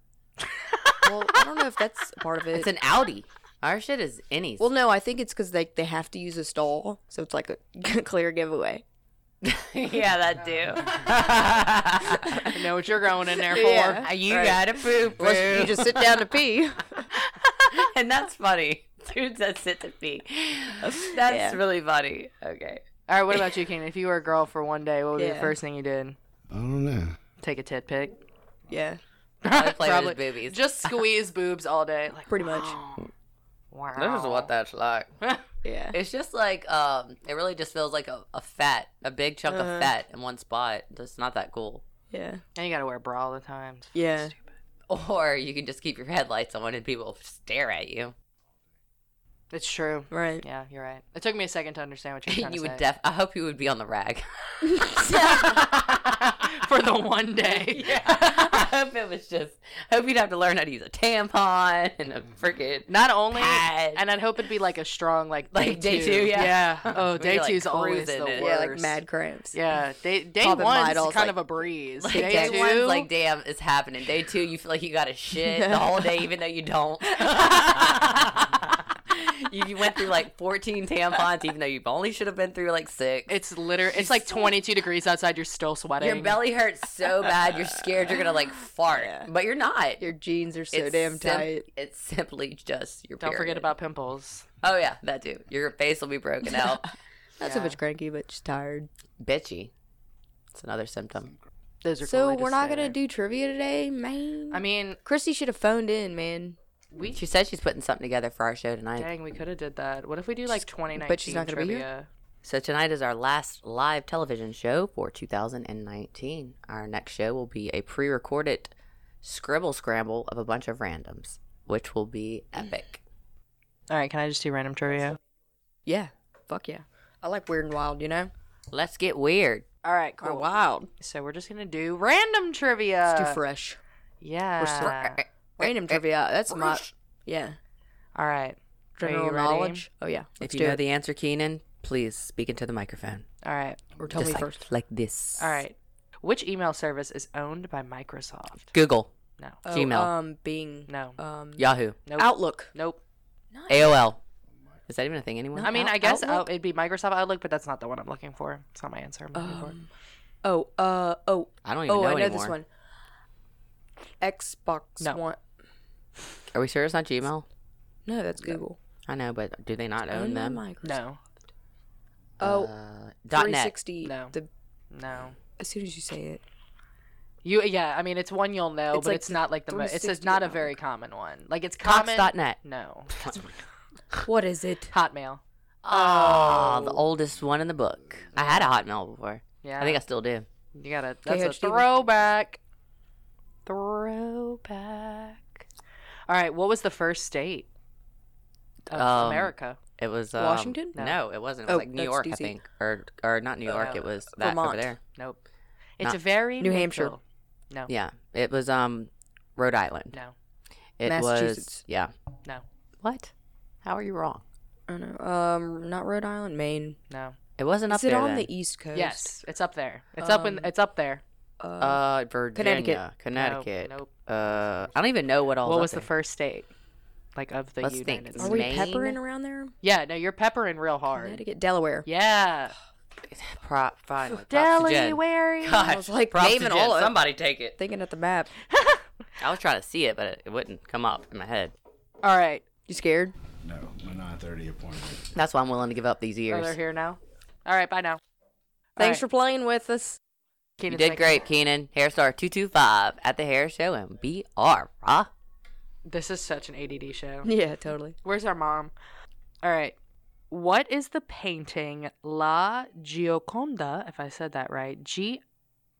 Speaker 2: well, I don't know if that's a part of it.
Speaker 1: It's an Audi. Our shit is innies.
Speaker 2: well, no, I think it's because they they have to use a stall, so it's like a clear giveaway.
Speaker 1: yeah, that do.
Speaker 5: I know what you're going in there for.
Speaker 2: Yeah.
Speaker 1: you
Speaker 2: Right.
Speaker 1: gotta poop,
Speaker 2: Unless you just sit down to pee.
Speaker 1: and that's funny. Dudes that sit to pee. That's
Speaker 2: Yeah.
Speaker 1: really funny. Okay.
Speaker 5: All right, what about you, Kane? If you were a girl for one day, what would be the
Speaker 2: Yeah.
Speaker 5: first thing you did?
Speaker 4: I don't know.
Speaker 5: Take a tit pic.
Speaker 2: yeah,
Speaker 1: I play with his boobies.
Speaker 5: Just squeeze boobs all day. Like,
Speaker 2: Pretty much.
Speaker 5: Wow. wow.
Speaker 1: that's like.
Speaker 2: yeah.
Speaker 1: It's just like um, it really just feels like a, a fat, a big chunk
Speaker 2: Uh-huh.
Speaker 1: of fat in one spot. That's not that cool.
Speaker 2: Yeah.
Speaker 5: And you gotta wear a bra all the time. It's fucking
Speaker 2: Yeah.
Speaker 5: stupid.
Speaker 1: Or you can just keep your headlights on and people stare at you.
Speaker 5: It's true.
Speaker 2: Right.
Speaker 5: Yeah, you're right. It took me a second to understand what you're trying
Speaker 1: you
Speaker 5: to
Speaker 1: would
Speaker 5: say.
Speaker 1: def. I hope you would be on the rag.
Speaker 5: for the one day.
Speaker 1: I hope it was just. I hope you'd have to learn how to use a tampon and a freaking
Speaker 5: Not only,
Speaker 1: pad.
Speaker 5: and I'd hope it'd be like a strong like day
Speaker 1: Like day
Speaker 5: two.
Speaker 1: two, yeah.
Speaker 5: Oh,
Speaker 1: When
Speaker 5: day
Speaker 1: you're, like,
Speaker 5: two's always the
Speaker 1: cruising
Speaker 5: worst.
Speaker 1: and-
Speaker 2: Yeah, like mad cramps.
Speaker 5: Yeah, day day
Speaker 2: Popping
Speaker 5: one's
Speaker 2: Vitals,
Speaker 5: kind
Speaker 2: like-
Speaker 5: of a breeze.
Speaker 1: like
Speaker 5: day,
Speaker 1: day
Speaker 5: two,
Speaker 1: one's like, damn, it's happening. Day two, you feel like you got to shit the whole day, even though you don't. you you, you went through like 14 tampons, even though you only should have been through like six.
Speaker 5: It's literally it's like 22 degrees outside. You're still sweating.
Speaker 1: Your belly hurts so bad, you're scared you're gonna like fart,
Speaker 2: Yeah.
Speaker 1: but you're not.
Speaker 2: Your jeans are so
Speaker 1: It's
Speaker 2: damn
Speaker 1: sim-
Speaker 2: tight.
Speaker 1: It's simply just your.
Speaker 5: Don't forget
Speaker 1: period.
Speaker 5: about pimples.
Speaker 1: Oh yeah, that too. Your face will be broken out.
Speaker 2: Not so
Speaker 5: Yeah.
Speaker 2: much cranky, but just tired.
Speaker 1: Bitchy. It's another symptom.
Speaker 5: Those are
Speaker 2: So
Speaker 5: colitis
Speaker 2: we're not
Speaker 5: there.
Speaker 2: gonna do trivia today, man.
Speaker 5: I mean,
Speaker 2: Christy should have phoned in, man.
Speaker 5: we
Speaker 1: She said she's putting something together for our show tonight.
Speaker 5: dang, we could have did that. What if we do like 2019
Speaker 2: but she's not gonna be here?
Speaker 5: trivia?
Speaker 1: So tonight is our last live television show for 2019. Our next show will be a pre-recorded scribble scramble of a bunch of randoms, which will be epic.
Speaker 5: All right, can I just do random trivia?
Speaker 2: Yeah, fuck yeah. I like weird and wild, you know.
Speaker 1: Let's get weird.
Speaker 5: All right,
Speaker 2: Or
Speaker 5: cool. Uh,
Speaker 2: wild.
Speaker 5: So we're just gonna do random trivia.
Speaker 2: It's too
Speaker 1: uh,
Speaker 2: fresh.
Speaker 5: Yeah.
Speaker 2: Random trivia. That's my yeah.
Speaker 5: All right. Are you
Speaker 2: General
Speaker 5: ready?
Speaker 2: knowledge. Oh yeah.
Speaker 1: If
Speaker 2: Let's
Speaker 1: you
Speaker 2: do
Speaker 1: know
Speaker 2: it.
Speaker 1: the answer, Keenan, please speak into the microphone.
Speaker 5: All right.
Speaker 2: or tell
Speaker 1: Just
Speaker 2: me
Speaker 1: like,
Speaker 2: first.
Speaker 1: Like this.
Speaker 5: All right. Which email service is owned by Microsoft?
Speaker 1: Google,
Speaker 5: No.
Speaker 2: Oh,
Speaker 1: Gmail.
Speaker 2: Um, Bing.
Speaker 5: No.
Speaker 2: Um,
Speaker 1: Yahoo,
Speaker 5: Nope.
Speaker 2: Outlook.
Speaker 5: Nope.
Speaker 1: AOL. Is that even a thing anymore?
Speaker 5: I mean,
Speaker 2: Out-
Speaker 5: I guess
Speaker 2: Outlook?
Speaker 5: out, it'd be Microsoft Outlook, but that's not the one I'm looking for. It's not my answer. I'm looking for.
Speaker 2: Um, oh, uh, oh,
Speaker 1: I don't even
Speaker 2: oh,
Speaker 1: know
Speaker 2: I know
Speaker 1: anymore.
Speaker 2: this one. Xbox
Speaker 5: No.
Speaker 2: One.
Speaker 1: Are we sure it's not Gmail?
Speaker 2: No, that's Google.
Speaker 1: I know, but do they not own
Speaker 2: Owned by
Speaker 1: them?
Speaker 2: Microsoft.
Speaker 5: No.
Speaker 2: Oh,
Speaker 1: Uh, dot net.
Speaker 2: 360.
Speaker 5: No.
Speaker 2: The,
Speaker 5: No.
Speaker 2: as soon as you say it,
Speaker 5: You yeah, I mean it's one you'll know,
Speaker 2: It's
Speaker 5: but
Speaker 2: like
Speaker 5: it's
Speaker 2: the
Speaker 5: not like the mo- it's just
Speaker 2: 360
Speaker 5: not a
Speaker 2: Outlook.
Speaker 5: very common one. Like it's common.
Speaker 1: Cox.net.
Speaker 5: No.
Speaker 2: what is it?
Speaker 5: Hotmail. Ah,
Speaker 1: Oh, the oldest one in the book. I had a Hotmail before.
Speaker 5: Yeah.
Speaker 1: I think I still do.
Speaker 5: you got to that's a
Speaker 2: KHD.
Speaker 5: throwback. Throwback. All right, what was the first state of
Speaker 1: Um,
Speaker 5: America?
Speaker 1: It was um,
Speaker 2: Washington?
Speaker 1: No. it wasn't. It was
Speaker 2: Oh,
Speaker 1: like New
Speaker 2: that's
Speaker 1: York, I
Speaker 2: DC.
Speaker 1: think, or or not New York. it was that over
Speaker 2: Vermont.
Speaker 1: there.
Speaker 5: Nope. It's
Speaker 1: Not-
Speaker 5: very
Speaker 2: New Hampshire.
Speaker 5: neutral. No.
Speaker 1: Yeah, it was um Rhode Island.
Speaker 5: No.
Speaker 1: It was
Speaker 2: Massachusetts.
Speaker 1: yeah.
Speaker 5: No.
Speaker 1: What? How are you wrong?
Speaker 2: I don't know. Um, not Rhode Island, Maine.
Speaker 5: No.
Speaker 1: It wasn't up
Speaker 2: Is it
Speaker 1: there
Speaker 2: on
Speaker 1: then.
Speaker 2: the East Coast?
Speaker 5: Yes, it's up there. It's up in
Speaker 2: Um,
Speaker 5: it's up there.
Speaker 2: Uh,
Speaker 1: uh, Virginia, Connecticut.
Speaker 5: No, nope.
Speaker 1: Uh, I don't even know what all.
Speaker 5: What
Speaker 1: up
Speaker 5: was the
Speaker 1: there.
Speaker 5: first state? Like of the
Speaker 1: Let's think.
Speaker 5: United
Speaker 1: Are
Speaker 2: are
Speaker 5: States.
Speaker 2: we
Speaker 1: Maine?
Speaker 2: peppering around there?
Speaker 5: Yeah, no, you're peppering real hard.
Speaker 2: Connecticut, Delaware.
Speaker 5: Yeah.
Speaker 1: Pro- fine. Props to Jen.
Speaker 5: Delaware.
Speaker 1: Gosh,
Speaker 2: was like,
Speaker 1: props to
Speaker 2: naming
Speaker 1: Jen.
Speaker 2: all of-
Speaker 1: Somebody take it.
Speaker 2: Thinking at the map.
Speaker 1: I was trying to see it, but it, it wouldn't come up in my head.
Speaker 5: All right. Oh,
Speaker 2: You scared?
Speaker 4: No, my 9:30 appointment.
Speaker 1: That's why I'm willing to give up these
Speaker 5: Oh,
Speaker 1: years.
Speaker 5: they're here now. All right. Bye now.
Speaker 2: Thanks for playing with us.
Speaker 1: You did great, Keenan. Hairstar two two five at the hair show and BR. Rah.
Speaker 5: This is such an ADD show.
Speaker 2: Yeah, totally.
Speaker 5: Where's our mom? All right. What is the painting La Gioconda, if I said that right, G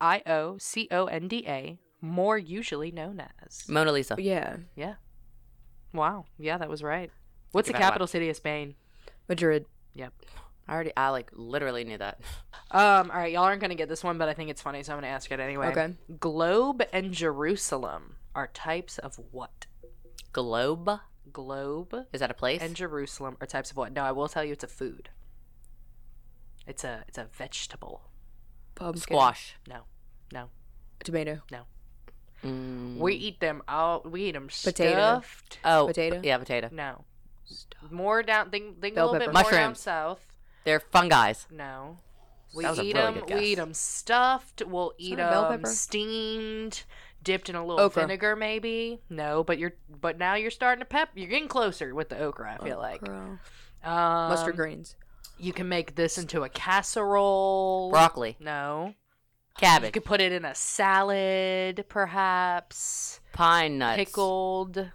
Speaker 5: I O C O N D A, more usually known as?
Speaker 1: Mona Lisa.
Speaker 2: Yeah.
Speaker 5: Yeah. Wow. Yeah, that was right. What's the
Speaker 1: about that.
Speaker 5: capital city of Spain?
Speaker 2: Madrid.
Speaker 5: Yep.
Speaker 1: I already, I like literally knew that.
Speaker 5: Um, all right, y'all aren't gonna get this one, but I think it's funny, so I'm gonna ask it anyway.
Speaker 2: Okay.
Speaker 5: Globe and Jerusalem are types of what?
Speaker 1: Globe.
Speaker 5: Globe
Speaker 1: Is that a place?
Speaker 5: and Jerusalem are types of what? No, I will tell you it's a food. It's a it's a vegetable.
Speaker 2: Pumpkin.
Speaker 1: Squash.
Speaker 5: No. No.
Speaker 2: Tomato.
Speaker 1: Mm.
Speaker 5: We eat them all we eat them
Speaker 2: Potato.
Speaker 5: stuffed.
Speaker 1: Oh,
Speaker 2: Potato?
Speaker 1: Yeah, potato.
Speaker 5: No. More down think think a
Speaker 2: Bell
Speaker 5: little bit
Speaker 2: pepper.
Speaker 5: more down
Speaker 1: Mushrooms.
Speaker 5: south.
Speaker 1: They're fungi's.
Speaker 5: No. We
Speaker 1: That was a
Speaker 5: eat
Speaker 1: really
Speaker 5: them.
Speaker 1: good
Speaker 5: We eat
Speaker 1: guess.
Speaker 5: them stuffed. We'll eat
Speaker 2: not a bell
Speaker 5: them
Speaker 2: pepper?
Speaker 5: steamed, dipped in a little
Speaker 2: Okra.
Speaker 5: vinegar, maybe. No, but you're but now you're starting to pep. You're getting closer with the okra. I feel like
Speaker 2: Oh, Girl.
Speaker 5: um,
Speaker 2: Mustard greens.
Speaker 5: You can make this into a casserole.
Speaker 1: Broccoli.
Speaker 5: No, you
Speaker 1: Cabbage.
Speaker 5: could put it in a salad, perhaps
Speaker 1: Pine nuts.
Speaker 5: pickled.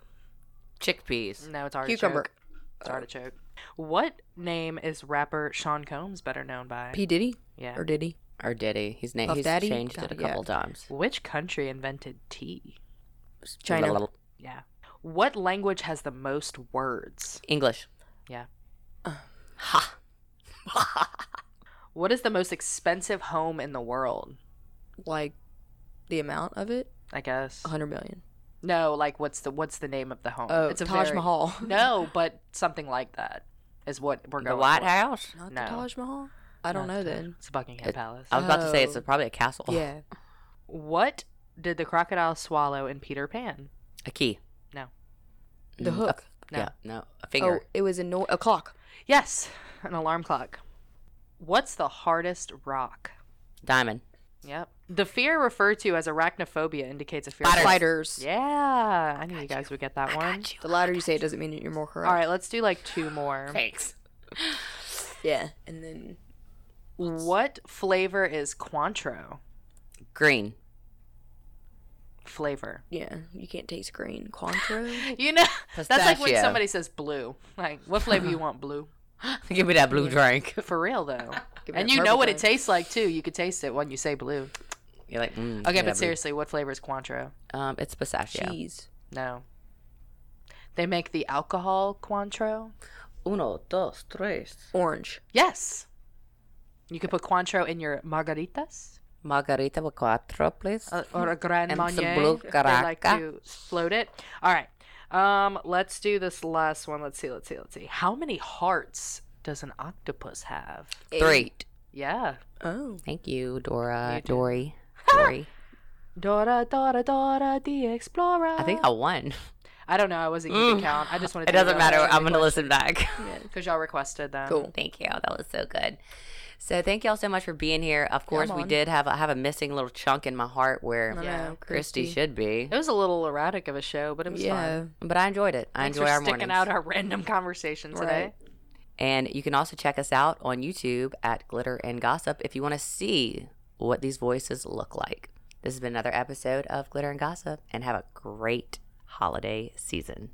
Speaker 1: Chickpeas.
Speaker 5: No, it's artichoke.
Speaker 2: Cucumber.
Speaker 5: It's artichoke. What name is rapper Sean Combs better known by?
Speaker 2: P. Diddy?
Speaker 5: yeah.
Speaker 2: Or Diddy?
Speaker 1: Or Diddy. He's name.
Speaker 2: Puff
Speaker 1: He's
Speaker 2: Daddy?
Speaker 1: changed
Speaker 2: God,
Speaker 1: it a
Speaker 2: yeah.
Speaker 1: couple times.
Speaker 5: Which country invented tea?
Speaker 2: China.
Speaker 5: Yeah. What language has the most words?
Speaker 1: English.
Speaker 5: Yeah.
Speaker 1: Ha.
Speaker 5: What is the most expensive home in the world?
Speaker 2: Like the amount of it?
Speaker 5: I guess.
Speaker 2: 100 million.
Speaker 5: No, like what's the what's the name of the home?
Speaker 2: Oh,
Speaker 5: a
Speaker 2: Taj
Speaker 5: very-
Speaker 2: Mahal.
Speaker 5: No, but something like that is what we're going.
Speaker 1: The White
Speaker 5: for.
Speaker 1: House.
Speaker 2: Not
Speaker 5: No.
Speaker 2: the Taj Mahal? I don't
Speaker 5: Not
Speaker 2: know
Speaker 5: the-
Speaker 2: then.
Speaker 5: It's Buckingham
Speaker 1: It-
Speaker 5: Palace.
Speaker 1: I was about to say it's
Speaker 2: Oh.
Speaker 1: probably a castle.
Speaker 2: Yeah.
Speaker 5: What did the crocodile swallow in Peter Pan?
Speaker 1: A key.
Speaker 5: No.
Speaker 2: The
Speaker 1: Mm,
Speaker 2: hook.
Speaker 1: A,
Speaker 5: No.
Speaker 1: Yeah, no, a finger.
Speaker 2: Oh, it was a, no- a clock.
Speaker 5: Yes, an alarm clock. What's the hardest rock?
Speaker 1: Diamond.
Speaker 5: Yep. The fear referred to as arachnophobia indicates a fear.
Speaker 1: Spiders.
Speaker 2: Spiders.
Speaker 5: Yeah, I knew you guys would get that one.
Speaker 2: The louder you say it doesn't mean you're more correct.
Speaker 5: All right, let's do like two more.
Speaker 1: Thanks.
Speaker 2: Yeah. And then
Speaker 5: What flavor is Cointreau?
Speaker 1: Green.
Speaker 5: Flavor.
Speaker 2: yeah, you can't taste green. Cointreau.
Speaker 5: You know, that's like when
Speaker 1: Pistachio.
Speaker 5: somebody says blue. Like, what flavor you want blue?
Speaker 1: Give me that blue drink.
Speaker 5: For real though.
Speaker 2: Give me
Speaker 5: and
Speaker 2: a
Speaker 5: you know
Speaker 2: purple
Speaker 5: what it
Speaker 2: drink.
Speaker 5: tastes like too. You could taste it when you say blue.
Speaker 1: You're like, mm, give me
Speaker 5: Okay,
Speaker 1: that blue.
Speaker 5: but seriously, what flavor is Cointreau?
Speaker 1: um, it's pistachio.
Speaker 2: Cheese.
Speaker 5: No. They make the alcohol Cointreau.
Speaker 1: Uno, dos, tres.
Speaker 2: Orange.
Speaker 5: Yes. You could put Cointreau in your margaritas
Speaker 1: Margarita with cuatro, please.
Speaker 5: uh, or a Grand
Speaker 1: And some
Speaker 5: Marnier.
Speaker 1: blue
Speaker 5: if they like
Speaker 1: caraca.
Speaker 5: to float it. All right. Um, let's do this last one. Let's see. Let's see. Let's see. How many hearts does an octopus have?
Speaker 1: Three.
Speaker 5: Yeah.
Speaker 2: Oh.
Speaker 1: Thank you, Dora.
Speaker 5: You too.
Speaker 1: Dory. Dory.
Speaker 5: Dora, Dora, Dora, the explorer.
Speaker 1: I think I won.
Speaker 5: I don't know. I wasn't keeping count. I just wanted.
Speaker 1: It doesn't matter. I'm going to listen back.
Speaker 5: because y'all requested them.
Speaker 2: Cool.
Speaker 1: Thank you. That was so good. So thank y'all so much for being here. Of course, we
Speaker 2: on.
Speaker 1: did have a, have a missing little chunk in my heart where
Speaker 5: Yeah.
Speaker 2: No,
Speaker 1: Christy should be,
Speaker 5: It was a little erratic of a show, but it was
Speaker 2: Yeah.
Speaker 5: fun.
Speaker 1: but I enjoyed it. I
Speaker 5: Thanks
Speaker 1: enjoy
Speaker 5: for
Speaker 1: our
Speaker 5: sticking
Speaker 1: mornings.
Speaker 5: out our random conversation today.
Speaker 2: Right.
Speaker 1: and you can also check us out on YouTube at Glitter and Gossip if you want to see what these voices look like. This has been another episode of Glitter and Gossip, and have a great holiday season.